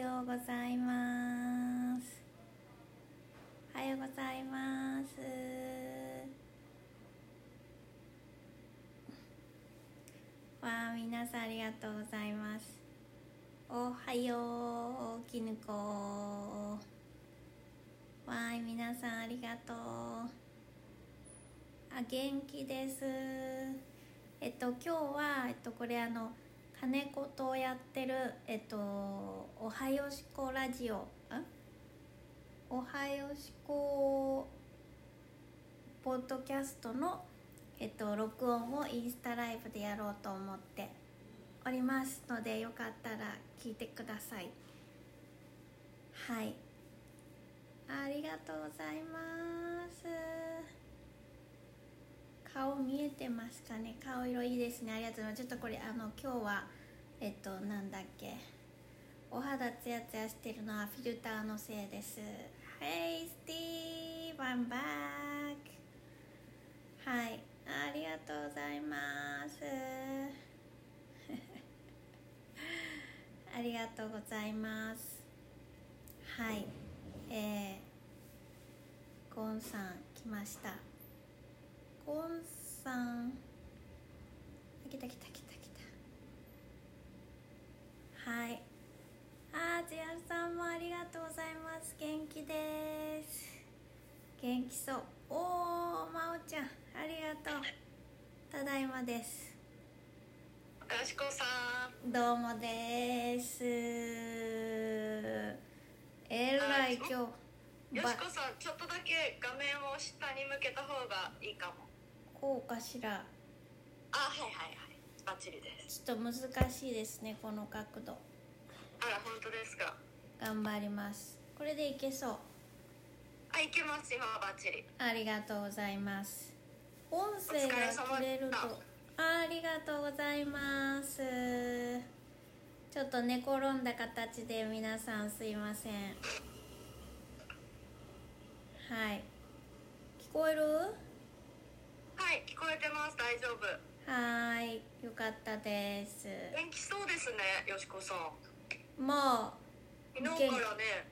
ようございますおはようございますわあ皆さんありがとうございますおはようきぬこわあ皆さんありがとうあ元気ですえっと今日はえっとこれあの金子とやってるえっと「おはよしこラジオ」ん「おはよしこ」ポッドキャストの、えっと、録音をインスタライブでやろうと思っておりますのでよかったら聞いてくださいはいありがとうございます顔見えてますかね顔色いいですねありがとうございますちょっとこれあの今日はえっとなんだっけお肌ツヤツヤしてるのはフィルターのせいです Hey Steve I'm back はいありがとうございます ありがとうございますはいえー、ゴンさん来ましたゴンさん来た来た来た来たはいあー千春さんもありがとうございます元気です元気そうおおまおちゃんありがとうただいまですかしこさん。どうもですえらい今日よばしこさん、ちょっとだけ画面を下に向けた方がいいかも。こうかしらあ、はいはいはい。バッチリです。ちょっと難しいですねこの角度あら、本当ですか。頑張りますこれでいけそうあ、いけます。今はバッチリ。ありがとうございます。音声お疲れが様切れでるしとたあありがとうございます。ちょっと寝転んだ形で皆さんすいません。はい。聞こえる？ははい、聞こえてます。大丈夫。ーい、よかったです。元気そうですね。よしこさん。も昨日からね。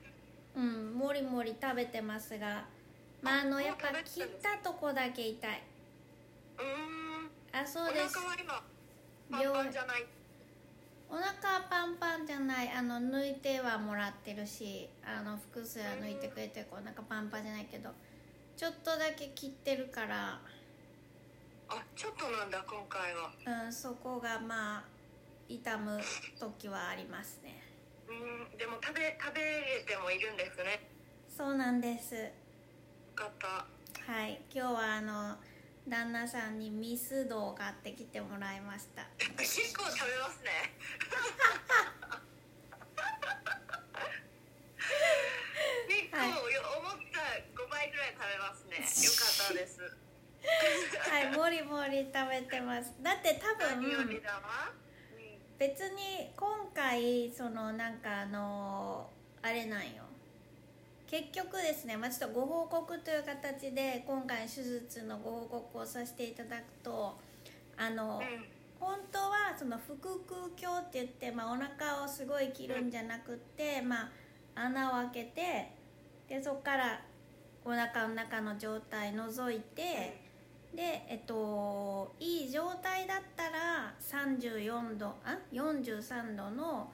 ううんもりもり食べてますが、まああのあやっぱもう食切べってるたとこだけ痛い。うーん。あそおうです腹。は今。パンパンじゃない。お腹はパンパンじゃないあの抜いてはもらってるしあの複数は抜いてくれてるお腹パンパンじゃないけどちょっとだけ切ってるから、あ、ちょっとなんだ。今回は。うん、そこがまあ痛む時はありますねうーん。でも食べ食べれてもいるんですね。そうなんですよかった。はい今日はあの旦那さんにミスドを買ってきてもらいました結構食べますね結構よ思った5倍ぐらい食べますねよかったですはいもりもり食べてますだって多分何よりだわ、うん別に今回そのなんかあのあれなんよ結局ですね、まあ、ちょっとご報告という形で今回手術のご報告をさせていただくとあの、うん本当はその腹腔鏡って言って、まあ、お腹をすごい切るんじゃなくって、まあ、穴を開けてでそこからお腹の中の状態覗いて、でえっといい状態だったら34度あ43度の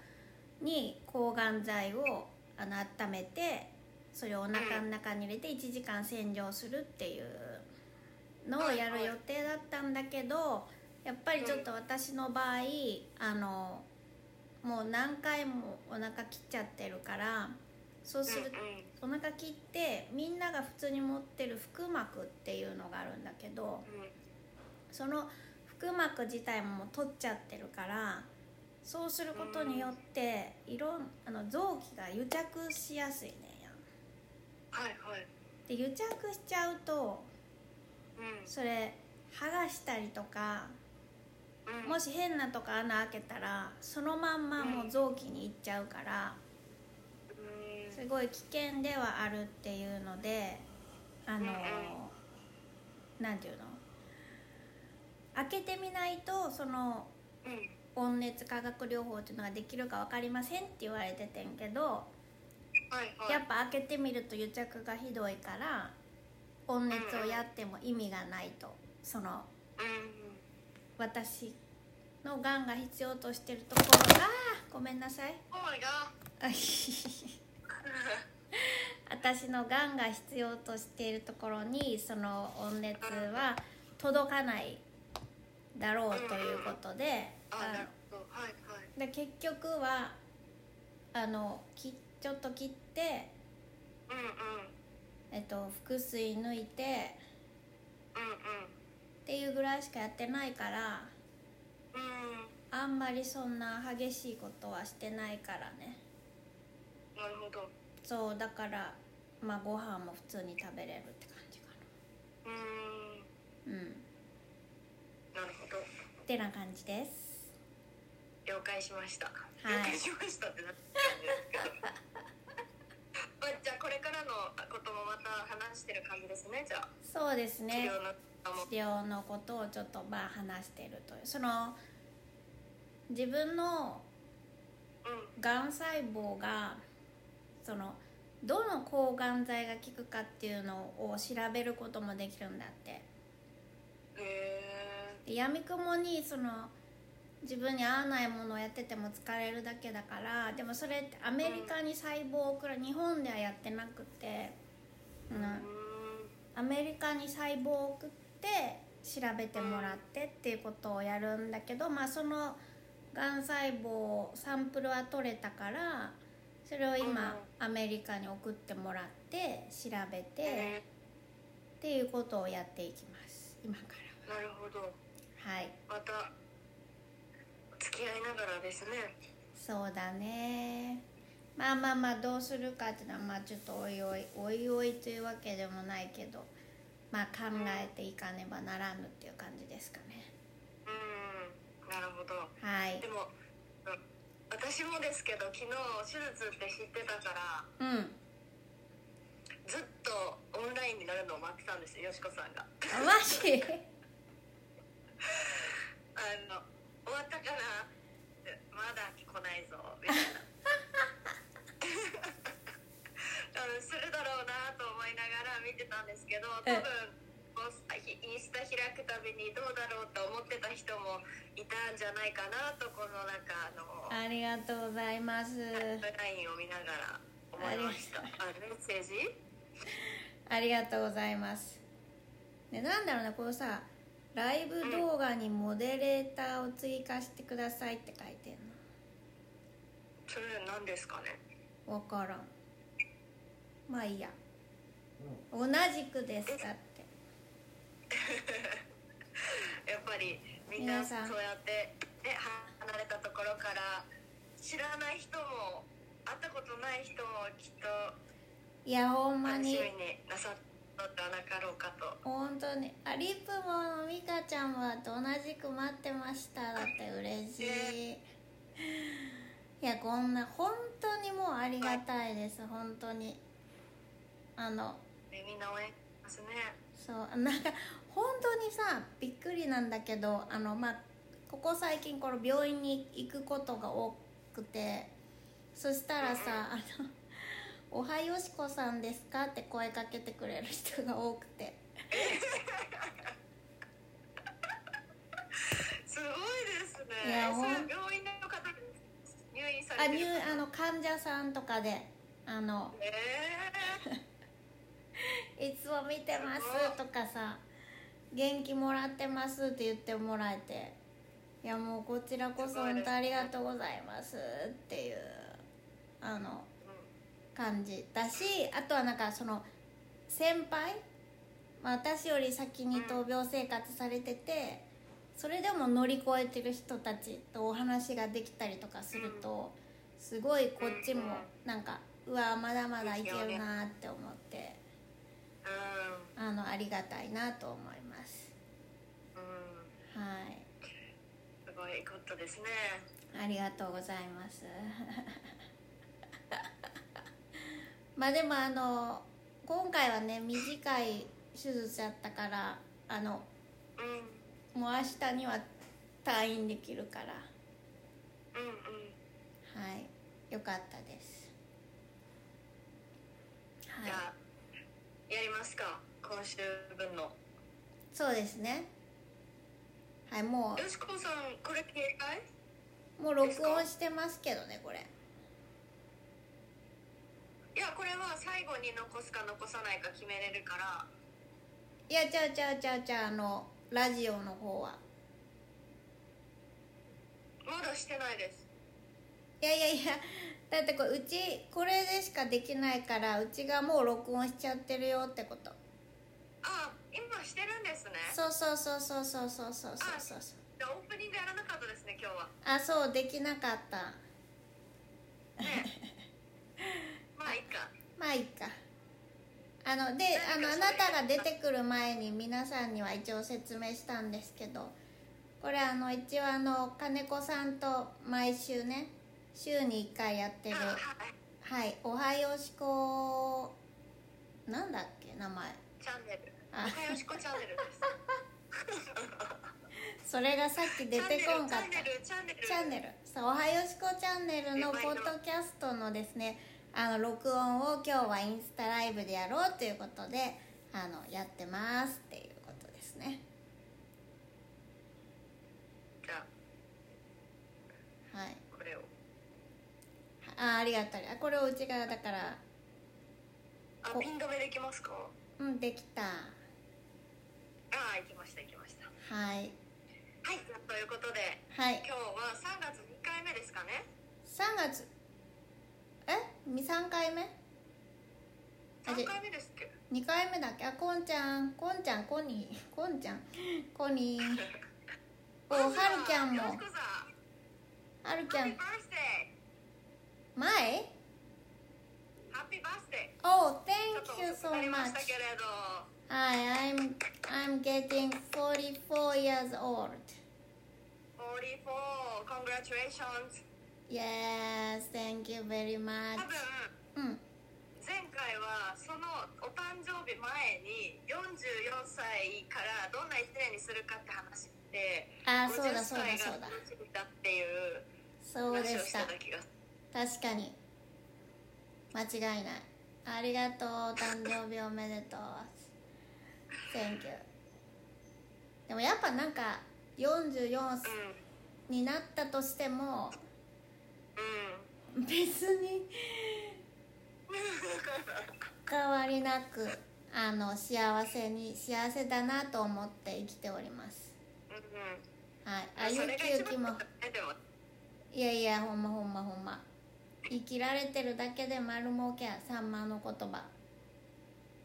に抗がん剤をあの温めてそれをお腹の中に入れて1時間洗浄するっていうのをやる予定だったんだけどやっぱりちょっと私の場合あのもう何回もお腹切っちゃってるからそうするとうんうんお腹切ってみんなが普通に持ってる腹膜っていうのがあるんだけどその腹膜自体ももう取っちゃってるからそうすることによっていろんあの臓器が癒着しやすいねんやはいはいで癒着しちゃうとうそれ剥がしたりとかんうんもし変なとこ穴開けたらそのまんまもう臓器に行っちゃうからうんすごい危険ではあるっていうのであうんうのん何て言うの開けてみないとそのうん温熱化学療法っていうのができるか分かりませんって言われててんけどはいはいやっぱ開けてみると癒着がひどいから温熱をやっても意味がないとそのうん私のがんが必要としてるところがごめんなさいおーいがあひひひ私のがんが必要としているところにその温熱は届かないだろうということでああなのるほどはいはいで結局はあのきちょっと切って、うんうんえっと、腹水抜いてっていうぐらいしかやってないからうんうんうんあんまりそんな激しいことはしてないからねなるほどそうだからまあご飯も普通に食べれるって感じかうんなうんなるほどってな感じです了解しました、い了解しましたってなってたんですけど まあじゃあこれからのこともまた話してる感じですねじゃあそうです治ね療のことも治療のことをちょっとまあ話してるというその自分のうんがん細胞がそのどの抗がん剤が効くかっていうのを調べることもできるんだってへえでやみくもにその自分に合わないものをやってても疲れるだけだからでもそれってアメリカに細胞を送る日本ではやってなくて、う、うんんアメリカに細胞を送って調べてもらってっていうことをやるんだけど、まあ、そのがん細胞サンプルは取れたからそれを今アメリカに送ってもらって調べてへっていうことをやっていきます今かえなるほどらはいまた付き合いながらですねそうだねまあまあまあどうするかっていうのはまあちょっとおいおいおいおいというわけでもないけどまあ考えていかねばならぬっていう感じですかねうんなるほどはいでもうん私もですけど昨日手術って知ってたからうんずっとオンラインになるのを待ってたんですよよしこさんがあマジあの終わったからえまだ来ないぞみたいな多分するだろうなと思いながら見てたんですけど多分こうあひインスタ開くたびにどうだろうと思ってた人もいたんじゃないかなとこのなんかあのありがとうございますタイムラインを見ながら思いましたあメッセージありがとうございますねなんだろうなこのさライブ動画にモデレーターを追加してくださいって書いてんそれ何ですかねのわからんまあいいや同じくですだってやっぱりみんな皆そうさんやって、ね、は離れたところから知らない人も会ったことない人もきっといやほんま楽しにみになさったのではなかろうかと本当にあリップもミカちゃんはと同じく待ってましただって嬉しいいやこんな本当にもうありがたいです本当にあのねみんな応援しますねそうなんか本当にさびっくりなんだけどあのまあここ最近この病院に行くことが多くてそしたらさ「あのおはよしこさんですか?」って声かけてくれる人が多くてすごいですねいやそほんれは病院の方です入院さあれ入てるあの患者さんとかで「あのねえいつも見てます」とかさ「元気もらってます」って言ってもらえていやもうこちらこそ本当ありがとうございますっていうあのう感じだしあとはなんかその先輩、まあ、私より先に闘病生活されててそれでも乗り越えてる人たちとお話ができたりとかするとすごいこっちもなんかうわまだまだいけるなって思ってんあのありがたいなと思いますうんうんはいすごいことですねありがとうございます まあでもあの今回はね短い手術だったからあのうんもう明日には退院できるからうんうんはいよかったですはじいゃあやりますか今週分のそうですねはいもよしこさんこれ携帯うもう録音してますけどねこれいやこれは最後に残すか残さないか決めれるからいやちゃうちゃうちゃうちゃうあのラジオの方はまだしてないですいやいやいやだってこれうちこれでしかできないからうちがもう録音しちゃってるよってことあ今してるんですねそうそうそうそうそうそうそうそうそうじゃあオープニングやらなかったですね今日はあそうできなかった ねまあいいかまあいいかあのであのあなたが出てくる前に皆さんには一応説明したんですけどこれあの一応あの金子さんと毎週ね週に1回やってあるはいはい「おはようしこ」なんだっけ名前チャンネルあおはよしこチャンネルですそれがさっき出てこんかったチャンネルチャンネルさあおはよしこチャンネルのポッドキャストのですねあの録音を今日はインスタライブでやろうということであのやってますっていうことですねじゃあはいこれをあありがとうあこれをうちがだからあおピン止めできますかうんできたああ行きました行きましたはいはいということではい今日は3月2回目ですかね3月え二3回目あ3じ回目ですっ け2回目だっけあこんちゃんこんちゃんこにこんちゃんこにおはるちゃんもよしこさんはるちゃハッピーんバースデ前ーハッピーバースデー Oh, ちょ thank っと you 遅 so くなりました much. けれど Hi, I'm I'm getting 44 years old. 44 congratulations Yes, thank you very 多 much. 分うん、前回はそのお誕生日前に44歳からどんな1年にするかって話してあ、そう50だそうだ歳そがうだ。楽しみだっていうそう話でをししたて。た気がする確かに。間違いない。ありがとう、お誕生日おめでとう。Thank you. でもやっぱなんか44うんになったとしてもうん別に 変わりなくあの幸せに幸せだなと思って生きておりますうんはいあゆそれがきゆ一き番もだねでもいやいやほんまほんまほんま生きられてるだけで丸儲けやさんまの言葉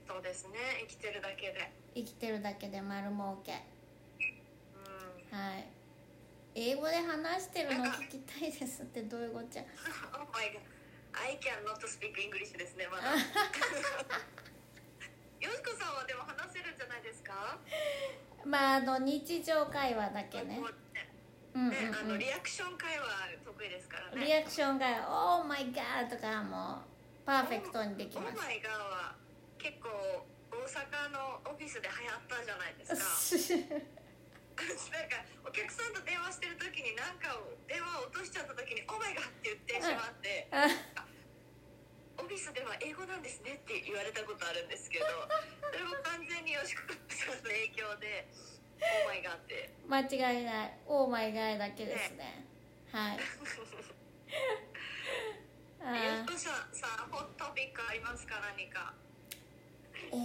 そうですね生きてるだけで生きてるだけで丸儲けうんはい英語で話してるの聞きたいですってどういうことじゃ Oh my god. I cannot speak English ですね、まだ。 よしこさんはでも話せるんじゃないですかまああの日常会話だけねもううんうん、ね、あうのんリアクション会話得意ですからリね。アクションが「オーマイガー」とかもうパーフェクトにできま Oh my god は結構大阪のオフィスで流行ったじゃないですか。す なんかお客さんと電話してる時に何かを電話を落としちゃった時に「Oh my god」って言ってしまって。あオフィスでは英語なんですねって言われたことあるんですけどそれも完全に吉子さんの影響で「オーマイガー」って間違いないオーマイガイだけですねはいあー吉子さんさんホットピックありますか何かえー、語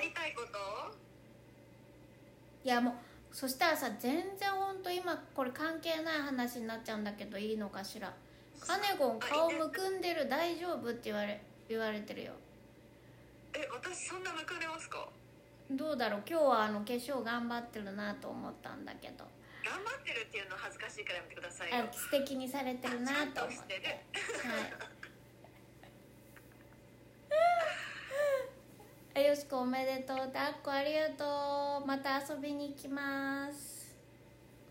りたいこといやもうそしたらさ全然ほんと今これ関係ない話になっちゃうんだけどいいのかしらカネゴン顔むくんでる大丈夫って言われ言われてるよえ私そんな向かれますかどうだろう今日はあの化粧頑張ってるなと思ったんだけど頑張ってるっていうの恥ずかしいからやめてくださいよあ素敵にされてるちゃなんとと思っしててるはい。あよしこおめでとうだっこありがとうまた遊びに行きます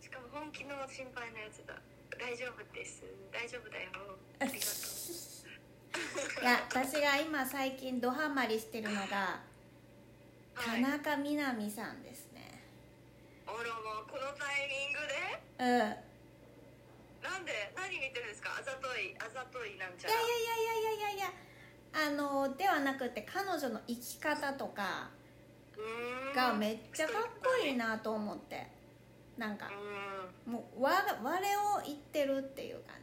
しかも本気の心配なやつだ大丈夫です大丈夫だよありがとういや私が今最近ドハマりしてるのが田はいあ中みな実さんですねらもうこのタイミングでうんなんで何見てるんですかあざといあざといなんちゃいやらいやいやいやいやいやあのではなくて彼女の生き方とかうーんがめっちゃかっこいいなと思ってなんかうんもう我我を言ってるっていう感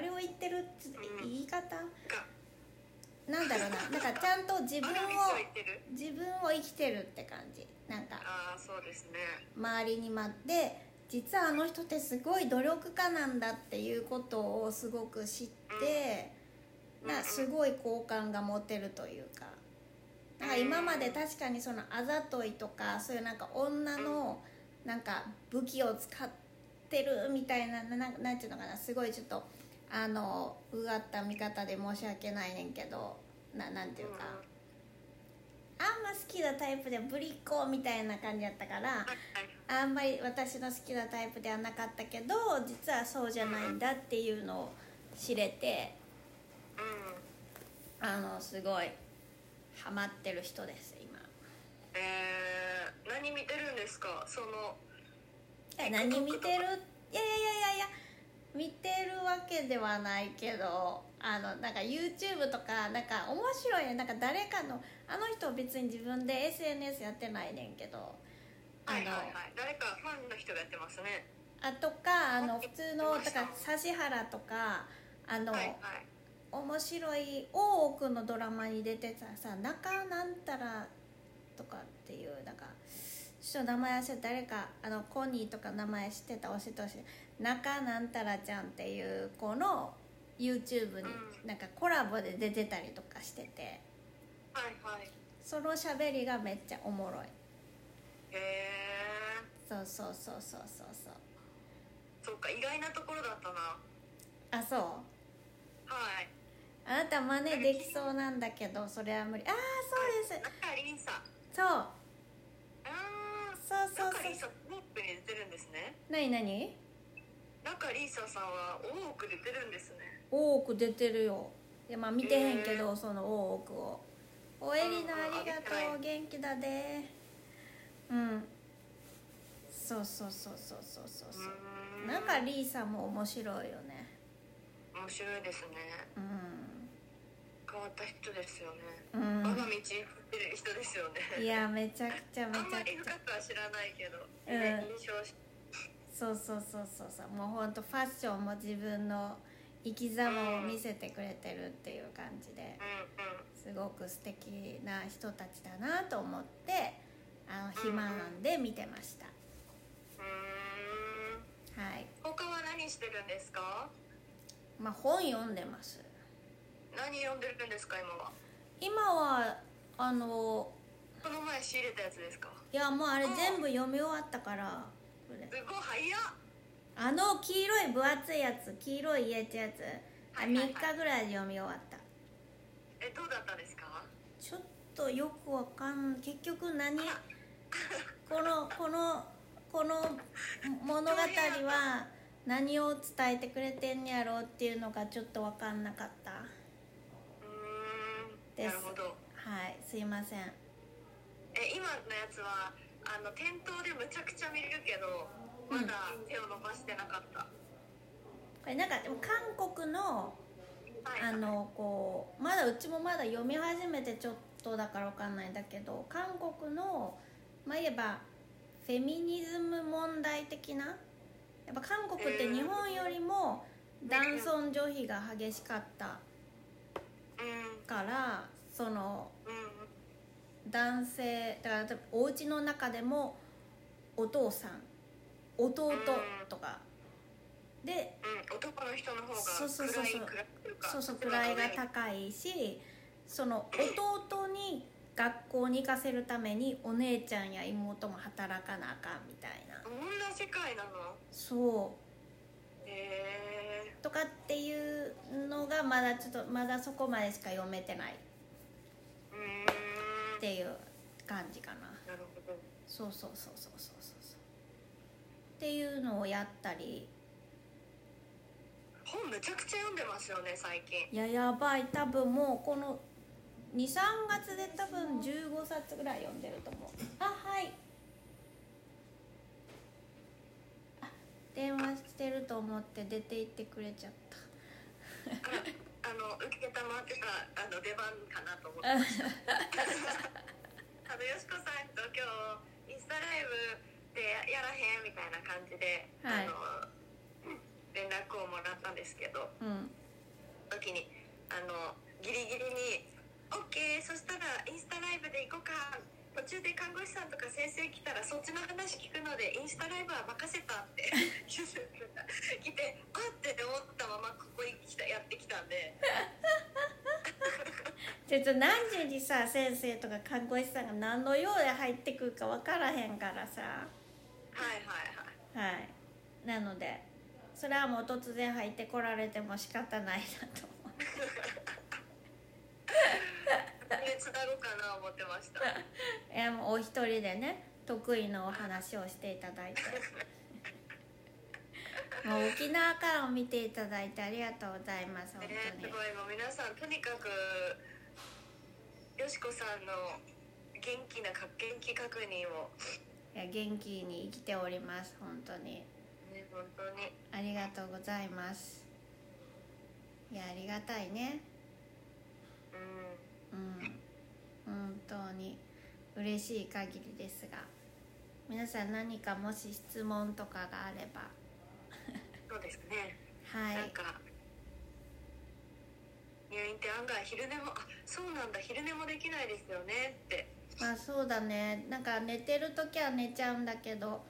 じ我を言ってるってうん言い方がなんだろうななんかちゃんと自分をある意味そう言ってる自分を生きてるって感じなんかああそうですね周りに待って実はあの人ってすごい努力家なんだっていうことをすごく知って、うんなすごい好感が持てるというかなんか今まで確かにそのあざといとかそういうなんか女のなんか武器を使ってるみたいななななんていうのかなすごいちょっとあのうがった見方で申し訳ないねんけどななんていうか。あんま好きなタイプでぶりっ子みたいな感じやったからはいはいあんまり私の好きなタイプではなかったけど実はそうじゃないんだっていうのを知れてうんあのすごいハマってる人です今えー、何見てるんですかそのえ何見てるいやいやいやいや見てるわけではないけどあのなんか YouTube とかなんか面白いねなんか誰かのあの人別に自分で SNS やってないねんけどあの、はいはいはい誰かファンの人がやってますねあとかあのはい普通のだから指原とかあの、はいはい面白い大奥のドラマに出てたさ中なんたらとかっていうなんかちょっと名前忘れた誰かあのコニーとか名前知ってた教えてほしい中なんたらちゃんっていう子の YouTube にうんなんかコラボで出てたりとかしててはいはいその喋りがめっちゃおもろいへえそうそうそうそうそうそうそっか意外なところだったなあそうはいあなた真似できそうなんだけどそれは無理ああそうです中りんさんそうあーそうそう中りんそさんオークに出てるんですねう何何中りんささんは多く出てるんですね大奥出てるよいやまあ見てへんけど、その大奥を「おえりなありがうとんうう元気だで」うんそうそうそうそうそうそううそーうなんかリーさんも面白いよね面白いですねうん変わった人ですよねう我が道ん行ってる人ですよね いやめちゃくちゃめあんちまゃりくち深ゃくは知らないけど、うんね印象しそうそうそうそうそうもうほんとファッションも自分の生き様を見せてくれてるっていう感じでうんうんすごく素敵な人たちだなと思ってあの暇なんで見てました、うーんはい他は何してるんですかまあ本読んでます何読んでるんですか今は今はあのこの前仕入れたやつですかいやもうあれ全部読み終わったからこれすごい早っあの黄色い分厚いやつ黄色い家ってやつあはい3はいは日いぐらいで読み終わったえどうだったんですかちょっとよくわかん結局何このこのこの物語は何を伝えてくれてんやろうっていうのがちょっとわかんなかったうーんでなするほどはいすいませんえ今のやつはあの店頭でむちゃくちゃ見るけどまだ手を伸ばしてなかった、これなんかでも韓国のはいあのこうまだうちもまだ読み始めてちょっとだからわかんないんだけど韓国のまあ言えばフェミニズム問題的なやっぱ韓国って日本よりも男尊女卑が激しかったうんからそのうん男性だから例えばお家の中でもお父さん弟とかでうん男の人の方がそうそうそう位そう位っていうかそうそう立場位が上高いしその弟に学校に行かせるためにお姉ちゃんや妹も働かなあかんみたいなそんな世界なのそへえうとかっていうのがまだちょっとまだそこまでしか読めてないー、うーんっていう感じかななるほどそうそうそうそうそうそうそうっていうのをやったり本むちゃくちゃ読んでますよね最近いややばい多分もうこの23月で多分15冊ぐらい読んでると思うあはいあ電話してると思って出て行ってくれちゃったあの受けたまってたあの出番かなと思ってましたあのよしこさんと今日インスタライブでやらへんみたいな感じで、はいあのうん連絡をもらったんですけどうん時にあのギリギリに「OK そしたらインスタライブで行こうか」途中で看護師さんとか先生来たらそっちの話聞くのでインスタライブは任せたって主婦が来てあって思ったままここに来たやってきたんでちょっと何時にさ先生とか看護師さんが何の用で入ってくるか分からへんからさはいはいはいはいなのでそれはもう突然入ってこられても仕方ないなと思うでつなごうかな思ってましたいやもうお一人でね得意のお話をしていただい てもう沖縄からも見ていただいてありがとうございます本ね当すにごいもう皆さんとにかくよしこさんの元気なか元気確認をいや元気に生きております本当にね本当にありがとうございますいやありがたいねうんうん本当に嬉しい限りですが皆さん何かもし質問とかがあればそうですね、はいなんか入院って案外昼寝もあそうなんだ昼寝もできないですよねってまあそうだねなんか寝てる時は寝ちゃうんだけど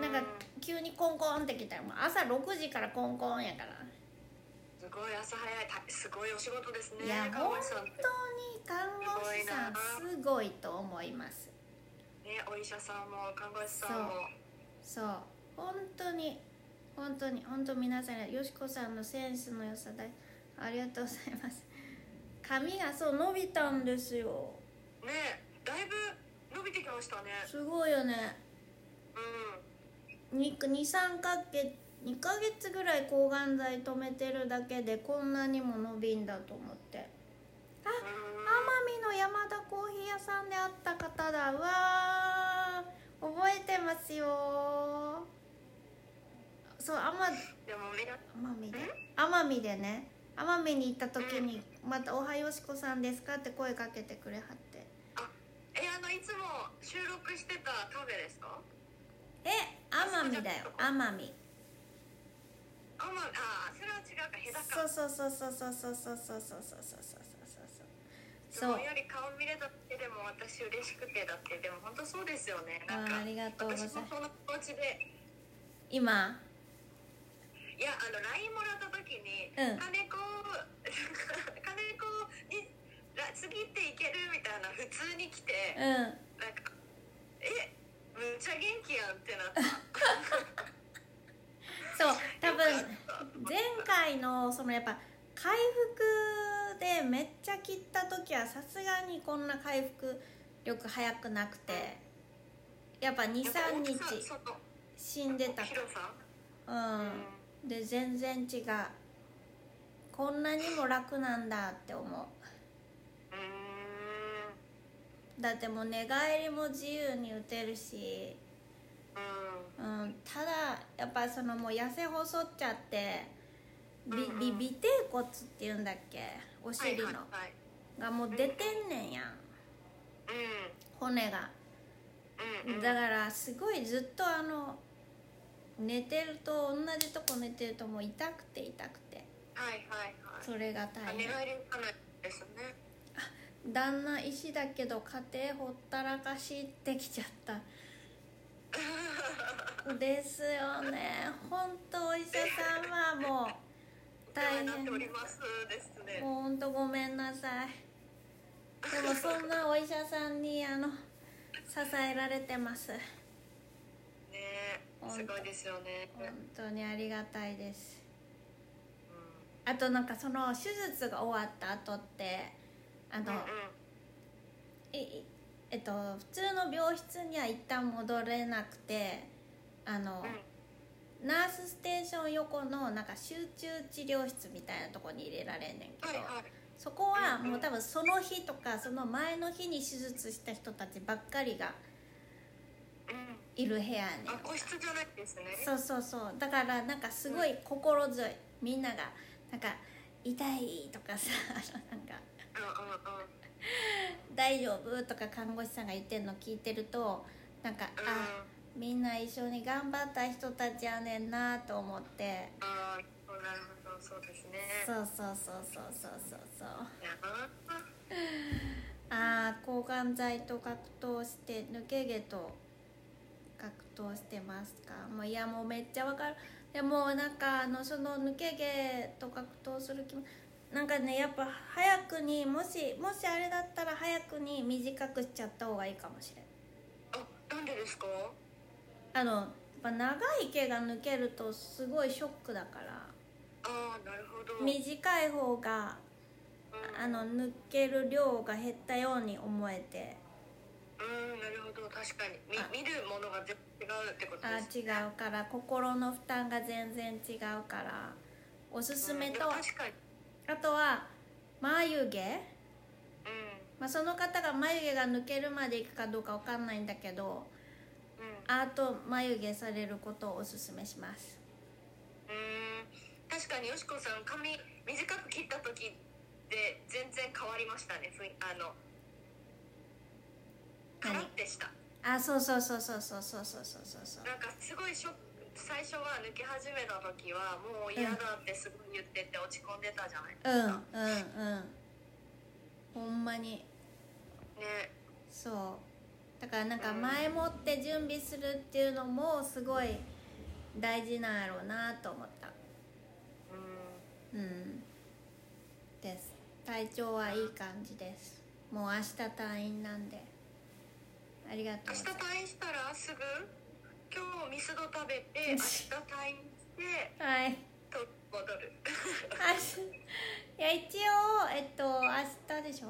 なんかう急にコンコンってきたよもう朝6時からコンコンやからすごい朝早いたすごいお仕事ですねいや看護師さんって本当に看護師さんすごいと思いますねお医者さんも看護師さんもそう本当に本当に本当皆さんよしこさんのセンスの良さだありがとうございます髪がそう伸びたんですよねだいぶ伸びてきましたねすごいよねうん23か月2ヶ月ぐらい抗がん剤止めてるだけでこんなにも伸びんだと思ってあうん奄美の山田コーヒー屋さんで会った方だうわー覚えてますよそう奄でもみんな奄美で奄美でね奄美に行った時にまた「おはよしこさんですか?」って声かけてくれはってえあのいつも収録してたカフェですかえ奄美だよ奄美あまあそれは違うか下手そかうそうそうそうそうそうそうそうそうそうそうそうそうより顔見れただけでも私嬉しくてだってでも本当そうですよねなんあーかありがとうございます私もその気持ちで今いやあの LINE もらった時に、うん金子金子にら次っていけるみたいな普通に来て、うんなんかえむっちゃ元気やんってなったそう多分よかった前回のそのやっぱ回復でめっちゃ切った時はさすがにこんな回復力早くなくてやっぱ23やっぱ大き日さその死んでた広さううんんで全然違うこんなにも楽なんだって思うだってもう寝返りも自由に打てるしうんうん、ただやっぱそのもう痩せ細っちゃってびうんうんび尾低骨っていうんだっけお尻の、はいはいはいがもう出てんねんやん骨がうんうんうんだからすごいずっとあの寝てると同じとこ寝てるともう痛くて痛くてはいはいはいそれがあ大寝変返り打たないですね旦那石だけど家庭ほったらかしってきちゃった ですよね本当お医者さんはもう大大変変なっておりますですねもうほんとごめんなさいでもそんなお医者さんにあの支えられてますねほんとすごいですよね本当にありがたいですうあとなんかその手術が終わった後ってあんのうんうんいいえっと普通の病室には一旦戻れなくてあのうんナースステーション横のなんか集中治療室みたいなとこに入れられんねんけど、はいはいそこはうんうんもう多分その日とかその前の日に手術した人たちばっかりがうんいる部屋にあ個室じゃないんですねそうそうそうだからなんかすごい心強いみんながなんか痛いとかさ なんかうんうんうん大丈夫とか看護師さんが言ってるの聞いてるとなんかうんあみんな一緒に頑張った人たちやねんなと思ってあーなるほどそうですねそうそうそうそうそうそうそうやなああ抗がん剤と格闘して抜け毛と格闘してますかもういやもうめっちゃわかるでもなんかあのその抜け毛と格闘する気もなんかねやっぱ早くにもしもしあれだったら早くに短くしちゃった方がいいかもしれないあなんでですかあのやっぱ長い毛が抜けるとすごいショックだからああなるほど短い方がうんあの抜ける量が減ったように思えてうんなるほど確かにみあ見るものが全然違うってことあです違うから心の負担が全然違うからおすすめとうん確かにあとは眉毛、うまあ、その方が眉毛が抜けるまでいくかどうかわかんないんだけどんうんアート眉毛されることをおすすめしますうーん確かによしこさん髪短く切った時で全然変わりましたねふいあのカラッでしたあそうそうそうそうそうそうそうそうそうそうなんかすごいショック最初は抜け始めた時はもう嫌だってすごい言ってて落ち込んでたじゃないうんうんですか、うんほんまにねそうだからなんか前もって準備するっていうのもすごい大事なんやろうなと思ったうんうんです体調はいい感じですもう明日退院なんでありがとう明ご日ざいます退院したらすぐ今日ミスド食べて明日退院してはいと戻る 明日いや一応えっと明日でしょ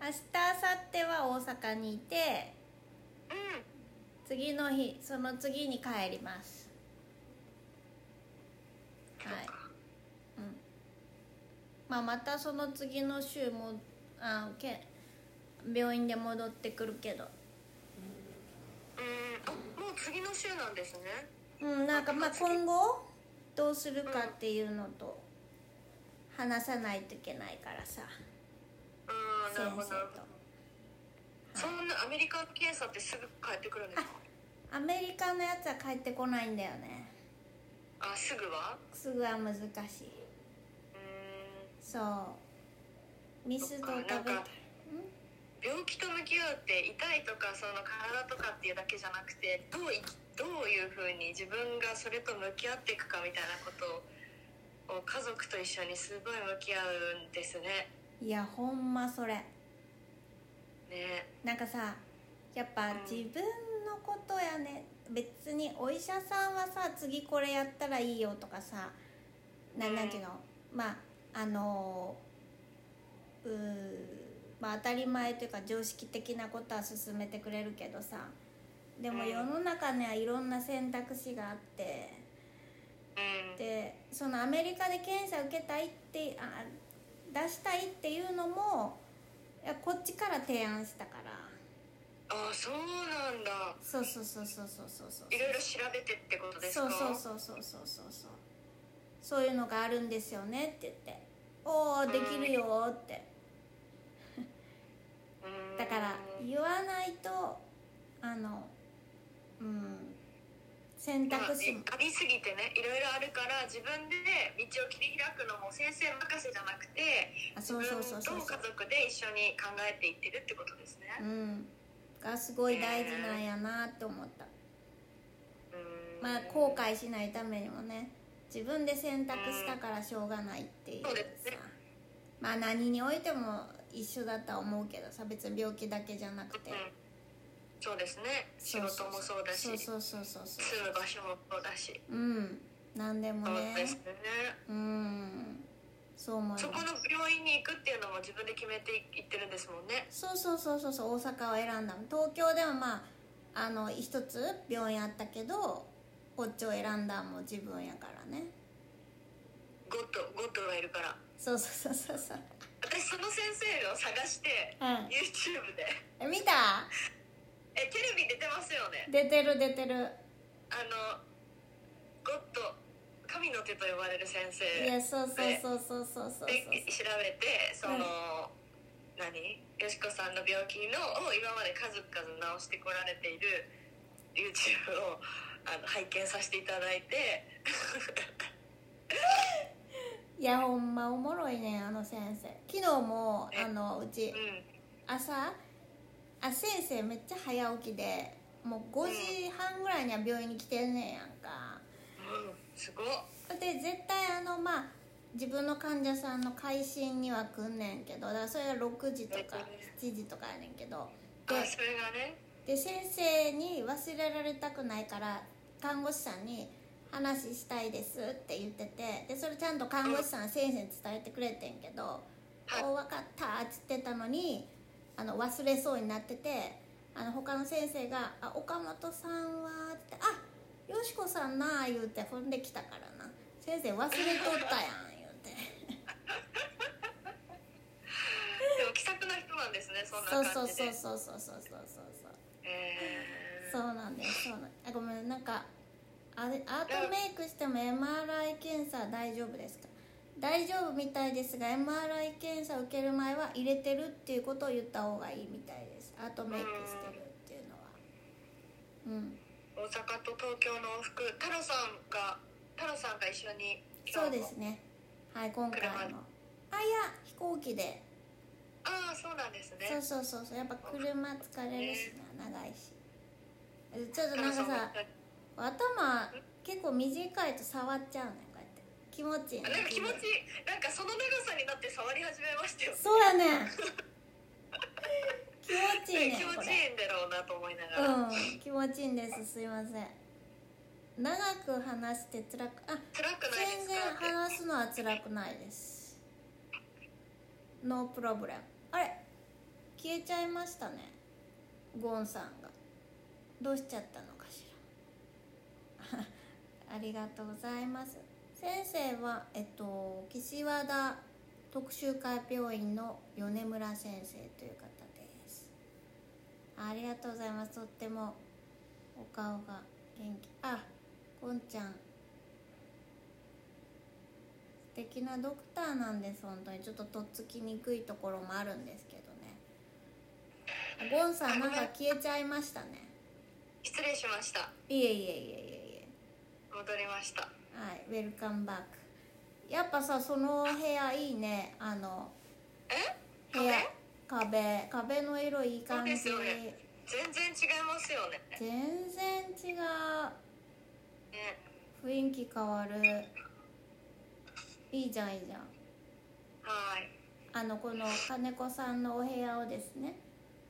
明日明後日は大阪にいてうん次の日その次に帰りますはいそうかうんまあまたその次の週もあけ病院で戻ってくるけどうんあもう次の週なんですねうんなんかまあ今後どうするかっていうのと話さないといけないからさうん先生なるほどとなるほどそんなアメリカ検査ってすぐ帰ってくるんですかアメリカのやつは帰ってこないんだよねあすぐはすぐは難しいうーそうミスドを食べなんたいかん病気と向き合うって痛いとかその体とかっていうだけじゃなくてどういどういうふうに自分がそれと向き合っていくかみたいなことを家族と一緒にすごい向き合うんですねんいやほんまそれねなんかさやっぱうん自分のことやね別にお医者さんはさ次これやったらいいよとかさなうんなんていうのまああのうーまあ当たり前というか常識的なことは進めてくれるけどさでもうん世の中にはいろんな選択肢があってうんでそのアメリカで検査受けたいってあ出したいっていうのもいやこっちから提案したから。あそうなんだそうそうそうそうそうそうそういろいろ調べてってことですそかうそうそうそうそうそうそうそういうのがあるんですよねって言って「おおできるよ」ってうんだから言わないとあのうん選まあ択肢もありすぎてねいろいろあるから自分で道を切り開くのも先生任せじゃなくてあ自そう分そうそうそとうそ家う族で一緒に考えていってるってことですうね。んがすごい大事なんやなって思ったうんまあ後悔しないためにもね自分で選択したからしょうがないっていうさそうですねまあ何においても一緒だとは思うけどさ別に病気だけじゃなくて、うん、そうですね仕事もそうだしそうそうそうそうそう住む場所もそうだしうん何でもそうねですねうんそう思いそこますの病院に行くっていうのも自分で決めていってるんですもんね。そうそうそうそうそう大阪を選んだの東京ではまああの一つ病院あったけどこっちを選んだんも自分やからねゴッドゴッドがいるからそうそうそうそうそう私その先生を探してう YouTube でん見たええテレビ出てますよね出てる出てるあのゴッド神の手と呼ばれる先生いやそうそうでそうそうそうそうそうで調べてその、何よしこさんの病気のを今まで数々治してこられている YouTube をあの拝見させていただいていやほんまおもろいねんあの先生昨日もえあの うちうん朝あ先生めっちゃ早起きでもう5時半ぐらいには病院に来てんねんやんかうんすごっで絶対あのまあ自分の患者さんの回診には来んねんけどだからそれが6時とか7時とかやねんけどあでそれがねで先生に忘れられたくないから看護師さんに「話したいです」って言っててでそれちゃんと看護師さん先生に伝えてくれてんけど「はいお分かった」っつってたのにあの忘れそうになっててあの他の先生が「あ岡本さんは」って「あよしこさんな」言うてほんできたからな「先生忘れとったやん」言うてでも気さくな人なんですね そんそうなそ感うじそでうそうそうそうそうそうそうえーそうなんですそうなんあごめんなんかあれアートメイクしても MRI 検査大丈夫ですか大丈夫みたいですが MRI 検査受ける前は入れてるっていうことを言った方がいいみたいですアートメイクしてるっていうのはうん大阪と東京の往復太郎さんが太郎さんが一緒に今そう日もですねはい今回の車あいでや飛行機でああそうなんですねそうそうそうそうやっぱ車疲れるしな長いしちょっとなんか太郎さも頭結構短いと触っちゃうねこうやって気持ちいいねなんか気持ちいいなんかその長さになって触り始めましたよそうやね ん気持ちいいね気ん持こちれいいんだろうなと思いながら、うん気持ちいいんですすいません長く話して辛くあ辛くないで全す然かって話すのは辛くないですノープロブレムあれ消えちゃいましたねゴンさんがどうしちゃったのかしら ありがとうございます先生はえっと岸和田特集会病院の米村先生という方ですありがとうございますとってもお顔が元気あゴンちゃん素敵なドクターなんです本当にちょっととっつきにくいところもあるんですけどねゴンさんなんか消えちゃいましたね失礼しましたいえいえいえいえいえ戻りましたはいウェルカムバックやっぱさその部屋いいねあのえ部屋壁壁の色いい感じそうですよね全然違いますよね全然違うね雰囲気変わるいいじゃんいいじゃんはーいあのこの金子さんのお部屋をですね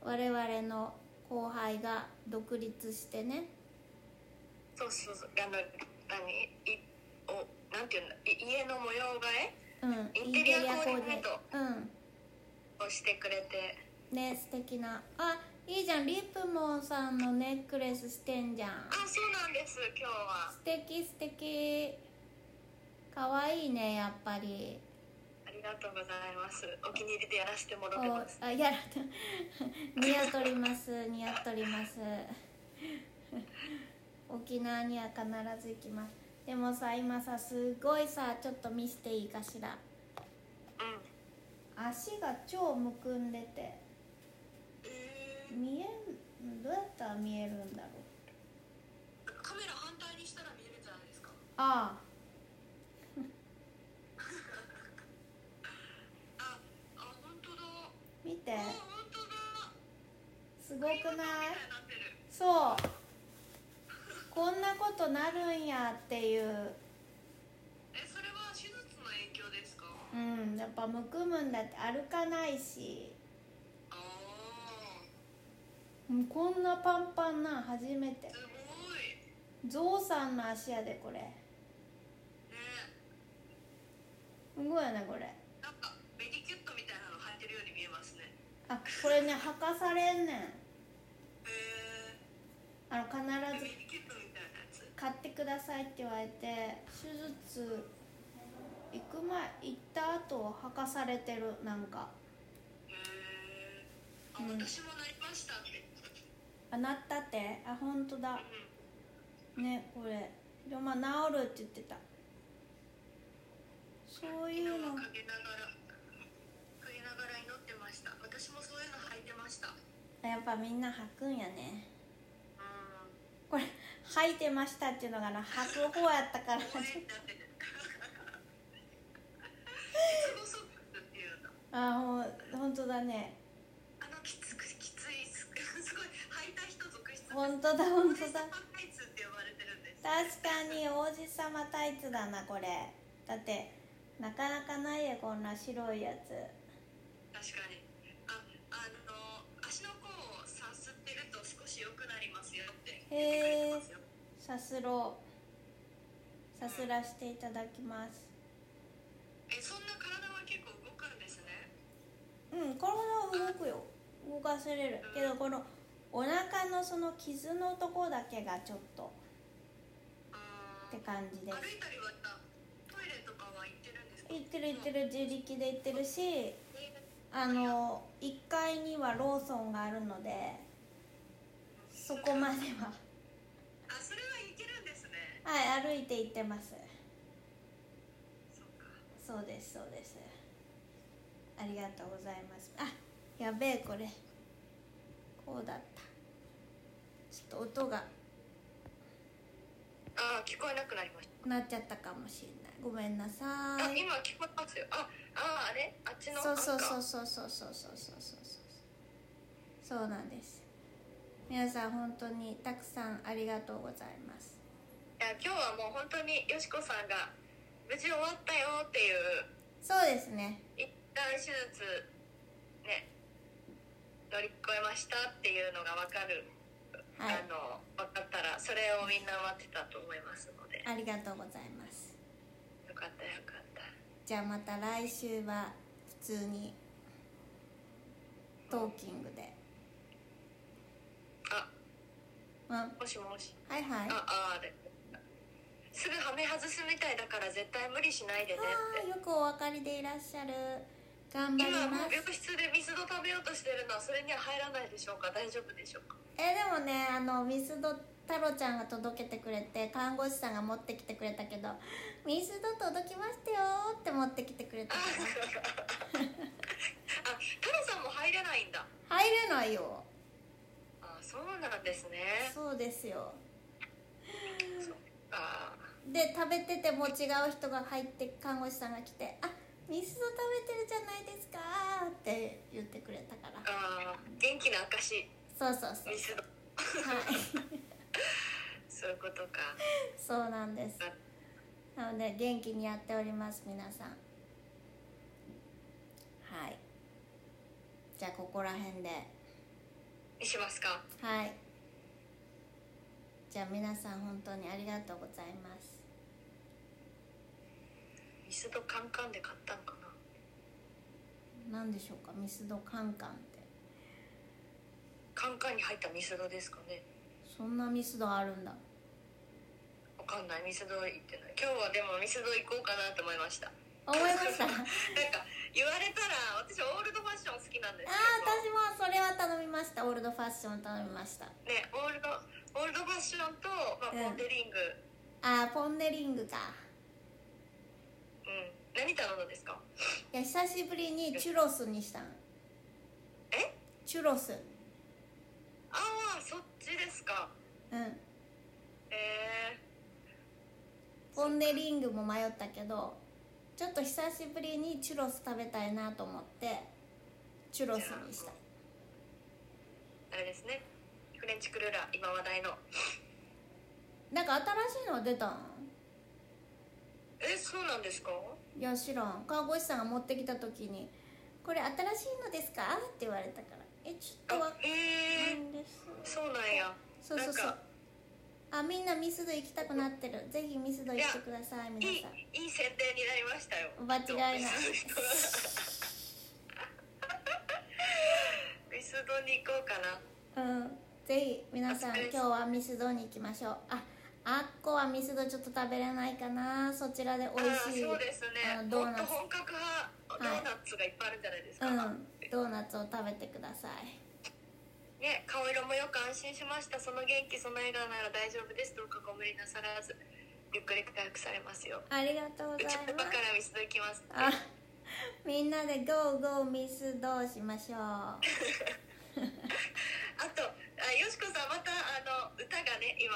我々の後輩が独立してねそうそうそうあの何いおなんていうんだい家の模様替うんインテリアコーディネートうえをしてくれてんね素敵なあいいじゃんリップモンさんのネックレスしてんじゃんあそうなんです今日は素敵素敵かわいいねやっぱりありがとうございますお気に入りでやらせてもらってますおあやら似合っとります似合っとります沖縄には必ず行きますでもさ今さすごいさちょっと見せていいかしらうん足が超むくんでてえ見えんどうやったら見えるんだろうー、カメラ反対にしたら見えるんじゃないですかああああ本当だ見てあ本当だすごくないになってるそうこんなことなるんやっていうえそれは手術の影響ですかうんやっぱむくむんだって歩かないしああうんこんなパンパンなん初めてすごいゾウさんの足やでこれねすごいよねこれなんかメディキュットみたいなの入ってるように見えますねあこれね履かされんねんへえあの必メずディキュットみたいなやつ買ってくださいって言われて手術行く前行った後履かされてるなんかへえあ、うん私もなりましたってあなったってあ本当だねこれでもまあ治るって言ってたそうい昨日うはのかけながらかけながら祈ってました私もそういうの履いてましたあやっぱみんな履くんやねうんこれ履いてましたっていうのがな履く方やったから応援になってる鉄棒ソックスっていうんだあほん本当だねあのきつくきついすすごい履いた人続出です本当だ本当だパンタイツって呼ばれてるんです確かに王子様タイツだなこれだってなかなかないよこんな白いやつ確かにああの足の甲をさすってると少し良くなりますよって言ってくれてますよさすろうさすらしていただきますえそんな体は結構動くんですねうん体は動くよ動かせれるけどこのお腹のその傷のとこだけがちょっとあってー感じで歩すいたりはしたトイレとかは行ってるんですか行ってる行ってる自力で行ってるしえーあの1階にはローソンがあるのでそこまではあそれは行けるんですねはい歩いて行ってますそうかそうですそうですありがとうございますあやべえこれこうだったちょっと音があー聞こえなくなりましたなっちゃったかもしれないごめんなさあい今聞こえますよああーあれあっちのそうそうそなんうかそうそうそうそうそうそうそうそうなんです皆さん本当にたくさんありがとうございますいや今日はもう本当によしこさんが無事終わったよっていうそうですね一旦手術ね乗り越えましたっていうのが分かる、はいあの分かったらそれをみんな待ってたと思いますのでありがとうございますよかったよかったじゃあまた来週は普通にトーキングであうんはいもしもしはいああーで。すぐはめ外すみたいだから絶対無理しないでねあっーよてくお分かりでいらっしゃる頑張今りまもう病す室でミスド食べようとしてるのはそれには入らないでしょうか大丈夫でしょう かえでもねあのミスド太郎ちゃんが届けてくれて看護師さんが持ってきてくれたけど「ミスド届きましたよ」って持ってきてくれたかあ、タロさんも入れないんだ。ら入れないよあ、そうなんですね。そうですよあ、で食べてても違う人が入って看護師さんが来て「あミスド食べてるじゃないですか」って言ってくれたからあ、元気な証、そうそうそうミスド。はいそういうことか。そうなんですなので元気にやっております皆さんはいじゃあここら辺でにしますか。はいじゃあ皆さん本当にありがとうございますミスドカンカンで買ったんかな。何でしょうかミスドカンカンってカンカンに入ったミスドですかね。そんなミスドあるんだわかんない、ミスド行ってない。今日はでもミスド行こうかなと思いました。思いましたあーなんか、言われたら、私オールドファッション好きなんですけど。私もそれは頼みましたオールドファッション頼みましたね、オールド、オールドファッションと、まうんあ、モデリング。あーポン・デ・リングかうん、何頼んだんですか。いや久しぶりにチュロスにしたんえチュロスああ、そっちですか。うんええポン・デ・リングも迷ったけどちょっと久しぶりにチュロス食べたいなと思ってチュロスにしたあれですね。フレンチクルーラー、今話題の。なんか新しいの出たんえ、そうなんですか。いや知らん看護師さんが持ってきた時に「これ新しいのですか?」って言われたから「えちょっとわあか、へんないえんですそうなんや。」そうそうそなうんかあみんなミスド行きたくなってるぜひミスド行ってくださいい皆いさん、いい宣伝になりましたよ。間違いないミスドに行こうかな。うんぜひ皆さんお疲れ今日はミスドに行きましょうああっこはミスドちょっと食べれないかなそちらで美ああ、味しいそうですあね。のドーもナっとツ本格派、ドはいーナツがいっぱいあるんじゃないですか。うんドーナツを食べてくださいね、顔色もよく安心しましたその元気その笑顔なら大丈夫ですどうかご無理なさらずゆっくり回復されますよありがとうごうざいちのま場から見届きますすあみんなでゴーゴーミスどうしましょうああとあよしこさんまたあの歌がね今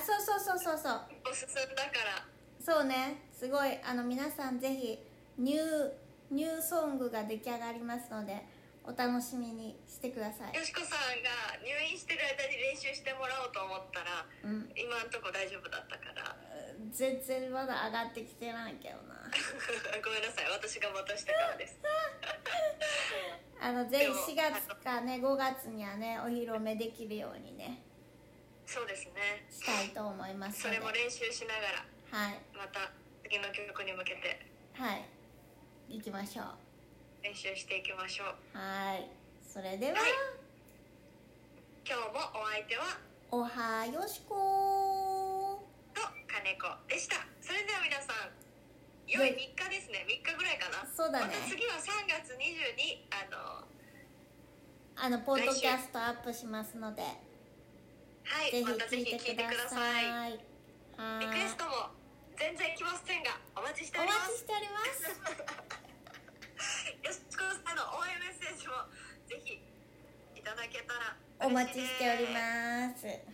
そうそうそうそうそうおすすめだからそうねすごいあの皆さんぜひニューニューソングが出来上がりますのでお楽しみにしてくださいよ、しこさんが入院してる間に練習してもらおうと思ったらうん、今んとこ大丈夫だったから 全然まだ上がってきてないけどなごめんなさい私がまたしたからですあのぜでもひ4月かね5月にはねお披露目できるようにねそうですねしたいと思いますそのでれも練習しながらはいまた次の曲に向けてはい行きましょう練習していきましょうはいそれでは、はい今日もお相手はおはよしこと金子でしたそれでは皆さん良い3日ですね3日ぐらいかなそうだねまた次は3月22あのあのポッドキャストアップしますのではいぜまたぜひひ聞い聞ていてくくだださいさいはーいリクエストも全然来ませんがお待ちしておおり待まちすしておりますよしこさんの応援メッセージもぜひいただけたらお待ちしておりすますそれで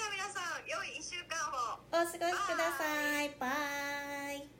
は皆さん良い1週間をお過ごしくださいバイ